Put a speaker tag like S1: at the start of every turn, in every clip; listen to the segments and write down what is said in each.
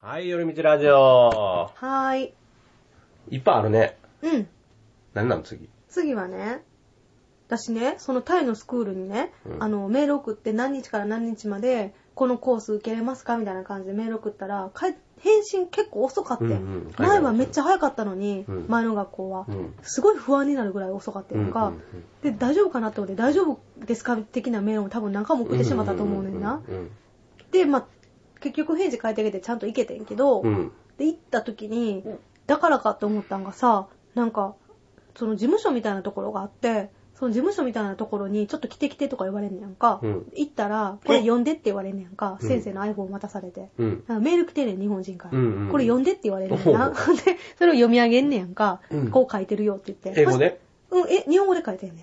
S1: はい、夜道ラジオ。
S2: はーい。
S1: いっぱいあるね。
S2: うん。
S1: なんなの次。
S2: 次はね、私ね、そのタイのスクールにね、
S1: うん
S2: あの、メール送って何日から何日まで、このコース受けれますかみたいな感じでメール送ったら、かえ返信結構遅かった、
S1: うん
S2: ん
S1: うん
S2: 前はめっちゃ早かったのに、
S1: うん
S2: 前の学校は、
S1: うん
S2: すごい不安になるぐらい遅かったりとか、
S1: うんうん
S2: で、大丈夫かなって思って、大丈夫ですか的なメールも多分何回も送ってしまったと思うねんな。
S1: うん
S2: で、まあ、結局返事書いてあげてちゃんと行けてんけど、
S1: うんうん。うん
S2: で行った時に
S1: うん
S2: だからかって思ったんがさなんかその事務所みたいなところがあってその事務所みたいなところにちょっと来て来てとか言われんねやんか、
S1: うん
S2: 行ったらこれ読んでって言われんねやんか、
S1: うん
S2: 先生の iPhone を渡されて、
S1: うん。
S2: なんかメール来てんねん日本人から、
S1: うんうん
S2: これ読んでって言われるねんな
S1: おう
S2: でそれを読み上げんねやんか、
S1: うん
S2: こう書いてるよって言って
S1: 英語で
S2: うんえ日本語で書いてんね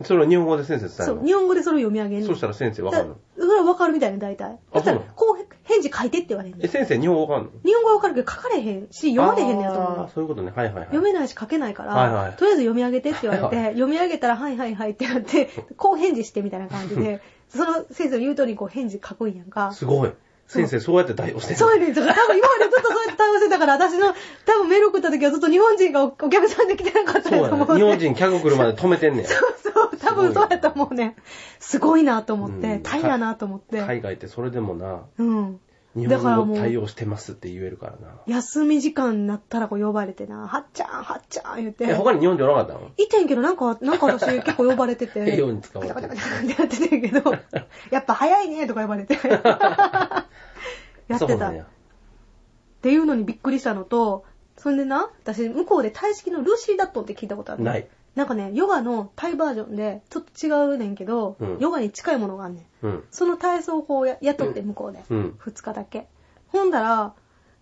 S2: ん
S1: それを日本語で先生伝え
S2: そ
S1: る
S2: う
S1: の
S2: 日本語でそれを読み上げんねん
S1: そうしたら先生わかる
S2: だ
S1: の
S2: それはわかるみたいね大体
S1: あ
S2: そした
S1: そう
S2: ら
S1: なの
S2: こう返事書いてって言われんね
S1: え、
S2: ん
S1: 先生日本語わかんの
S2: 日本語はわかるけど書かれへんし読まれへんねやと思う
S1: あーそういうことね。はいはいはい。
S2: 読めないし書けないから、
S1: はいはい
S2: とりあえず読み上げてって言われて、
S1: はいはい
S2: 読み上げたら、はいはいはいってなって、こう返事してみたいな感じで、その先生の言う通りにこう返事書くんやんか。
S1: すごい。先生そうやって対応してる
S2: そうやねん。だから多分今までずっとそうやって対応してたから、私の多分メール送った時はずっと日本人がおお客さんで来てなかった
S1: そ
S2: ん
S1: う
S2: や
S1: や
S2: と思
S1: ね
S2: う、。
S1: 日本。人客来るまで止めてんねや。
S2: そう、多分そうやと思うねん。すごいなと思っ
S1: う
S2: て、
S1: ん
S2: タイだなと思って。
S1: 海外ってそれでもな、
S2: うん。
S1: 日
S2: だから
S1: 本
S2: も
S1: 語
S2: う
S1: 対応してますって言えるからな。
S2: 休み時間になったらこう呼ばれてな、はっちゃん、はっちゃん言って。
S1: え、他に日本人おらなかったの
S2: いてんけど、なんか、なんか私結構呼ばれてて。
S1: ええ ように使われて
S2: ガチャガチャガチャガチャってやってて んけど、やっぱ早いねとか呼ばれて。やっ
S1: そ
S2: て
S1: うな
S2: た。
S1: ん
S2: っ
S1: や
S2: ていうのにびっくりしたのと、そんでな、私、向こうでタイ式のルーシーダットンって聞いたことあるの
S1: ない。
S2: なんかね、ヨガのタイバージョンで、ちょっと違うねんけど、
S1: うん
S2: ヨガに近いものがあんねん。
S1: うん。
S2: その体操法をややっとって、向こうで。
S1: うん。
S2: 2日だけ。ほんだら、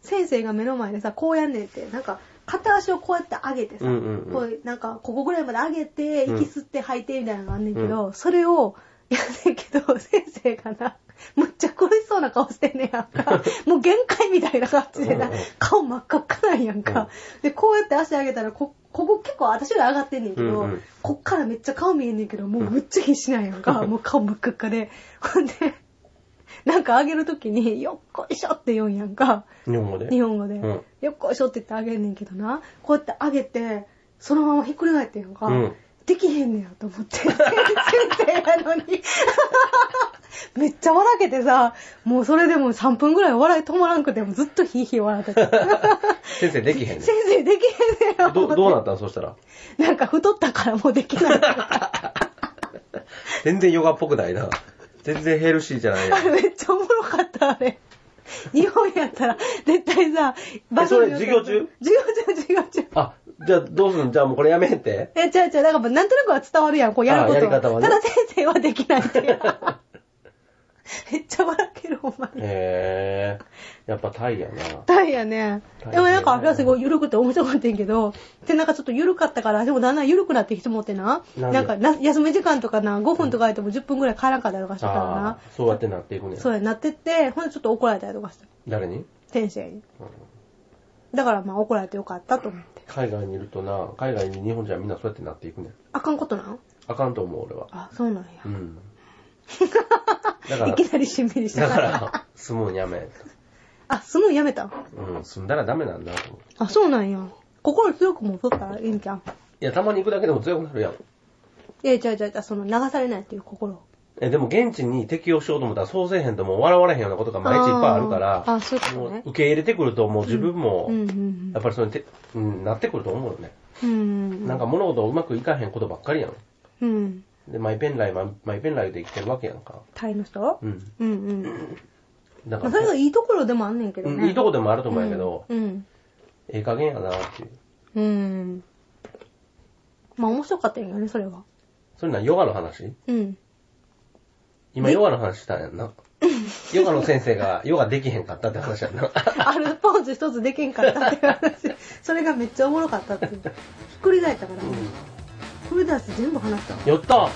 S2: 先生が目の前でさ、こうやんねんって、なんか、片足をこうやって上げてさ、
S1: うんうんうん
S2: こうなんか、ここぐらいまで上げて、
S1: うん
S2: 息吸って吐いてみたいなのがあんねんけど、それを、やんねんけど、先生がな、 むっちゃ苦しそうな顔してんねやん か。もう限界みたいな感じでな
S1: うんうん、
S2: 顔真っ赤っかなんやんか。で、こうやって足上げたら、こ、ここ結構私より上がってんねんけど、
S1: うんうん
S2: こっからめっちゃ顔見えんねんけど、もうむっちゃ必死なんやんか。もう顔真っ赤っかで。ほんで、なんかあげるときに、よっこいしょって言うんやんか。
S1: 日本語で
S2: 日本語で。
S1: うん
S2: よっこいしょって言ってあげんねんけどな。こうやってあげて、そのままひっくり返ってんやんか。
S1: うん
S2: できへんねやと思って。先 生やのに。 めっちゃ笑けてさ、もうそれでも3分ぐらい笑い止まらんくて、もうずっとヒーヒー笑っ てた。
S1: 先生できへんね
S2: 先生できへんねや
S1: ど
S2: 思って
S1: どうなったのそしたら。
S2: なんか太ったからもうでき ない。
S1: 全然ヨガっぽくないな。全然ヘルシーじゃないや
S2: あれめっちゃおもろかった、あれ。日本やったら、絶対さ、によって
S1: えそれ授業中
S2: 授業中、授業中。
S1: あ、じゃあどうするのじゃあもうこれやめへんって。
S2: え、ちゃうちゃう、なんかもうなんとなくは伝わるやん、こうやること
S1: あやり方はね
S2: ただ先生はできないって いう。めっちゃ笑ける、ほんまに。
S1: へえ。やっぱタイやな。
S2: 大変やね。
S1: 大変やね
S2: でもなんか、あれはすごい緩くて面白かったんやけど、で、なんかちょっと緩かったから、でもだんだん緩くなってきてもってな、
S1: なんで
S2: なんかな休み時間とかな、5分とかやっても10分ぐらい帰らんかったりとかしてたから
S1: あ
S2: な
S1: あ、、そうやってなっていくね。
S2: そうやなってって、ほんでちょっと怒られたりとかした。
S1: 誰に
S2: 先生に
S1: うん。
S2: だからまあ怒られてよかったと思って。
S1: 海外にいるとな、海外に日本人はみんなそうやってなっていくね。
S2: あかんことなん
S1: あかんと思う俺は。
S2: あ、そうなん
S1: う
S2: や。
S1: ん。だから
S2: い、きなりしんみりした
S1: だか。ら、住むんやめ。
S2: あ、すごいやめた。
S1: うん、住んだらダメなんだと思う。
S2: あ、そうなんや。心強くも取ったらいいんじゃん。
S1: いや、たまに行くだけでも強くなるやん。
S2: いや、ちゃうちゃうちゃう、その流されないっていう心。
S1: え、でも現地に適応しようと思ったら、そうせえへんともう笑われへんようなことが毎日いっぱいあるから、
S2: あーあそういうことね
S1: もう受け入れてくると、もう自分も
S2: う、んうん
S1: やっぱりそれにて、うん、なってくると思うよね。
S2: うん。うん。
S1: なんか物事うまくいかへんことばっかりやん。
S2: うん。
S1: で、マイペンライ、マイマイペンライで生きてるわけやんか。
S2: タイの人
S1: うん。
S2: うんうん。
S1: だ
S2: ま
S1: か
S2: あ、それ
S1: ら、
S2: がいいところでもあんねんけど
S1: う
S2: ね。
S1: んいいとこでもあると思うんやけど、
S2: うん。
S1: ええ加減やなっていう。
S2: うん。うんまあ面白かったんやね、それは。
S1: それな、ヨガの話
S2: うん。
S1: 今、ヨガの話したんやんな。ヨガの先生が、ヨガできへんかったって話やん な。
S2: あるポーズ一つできんかったっていう話。それがめっちゃおもろかったっていう。ひっくり返ったから。ひっくり返して全部話した。
S1: やった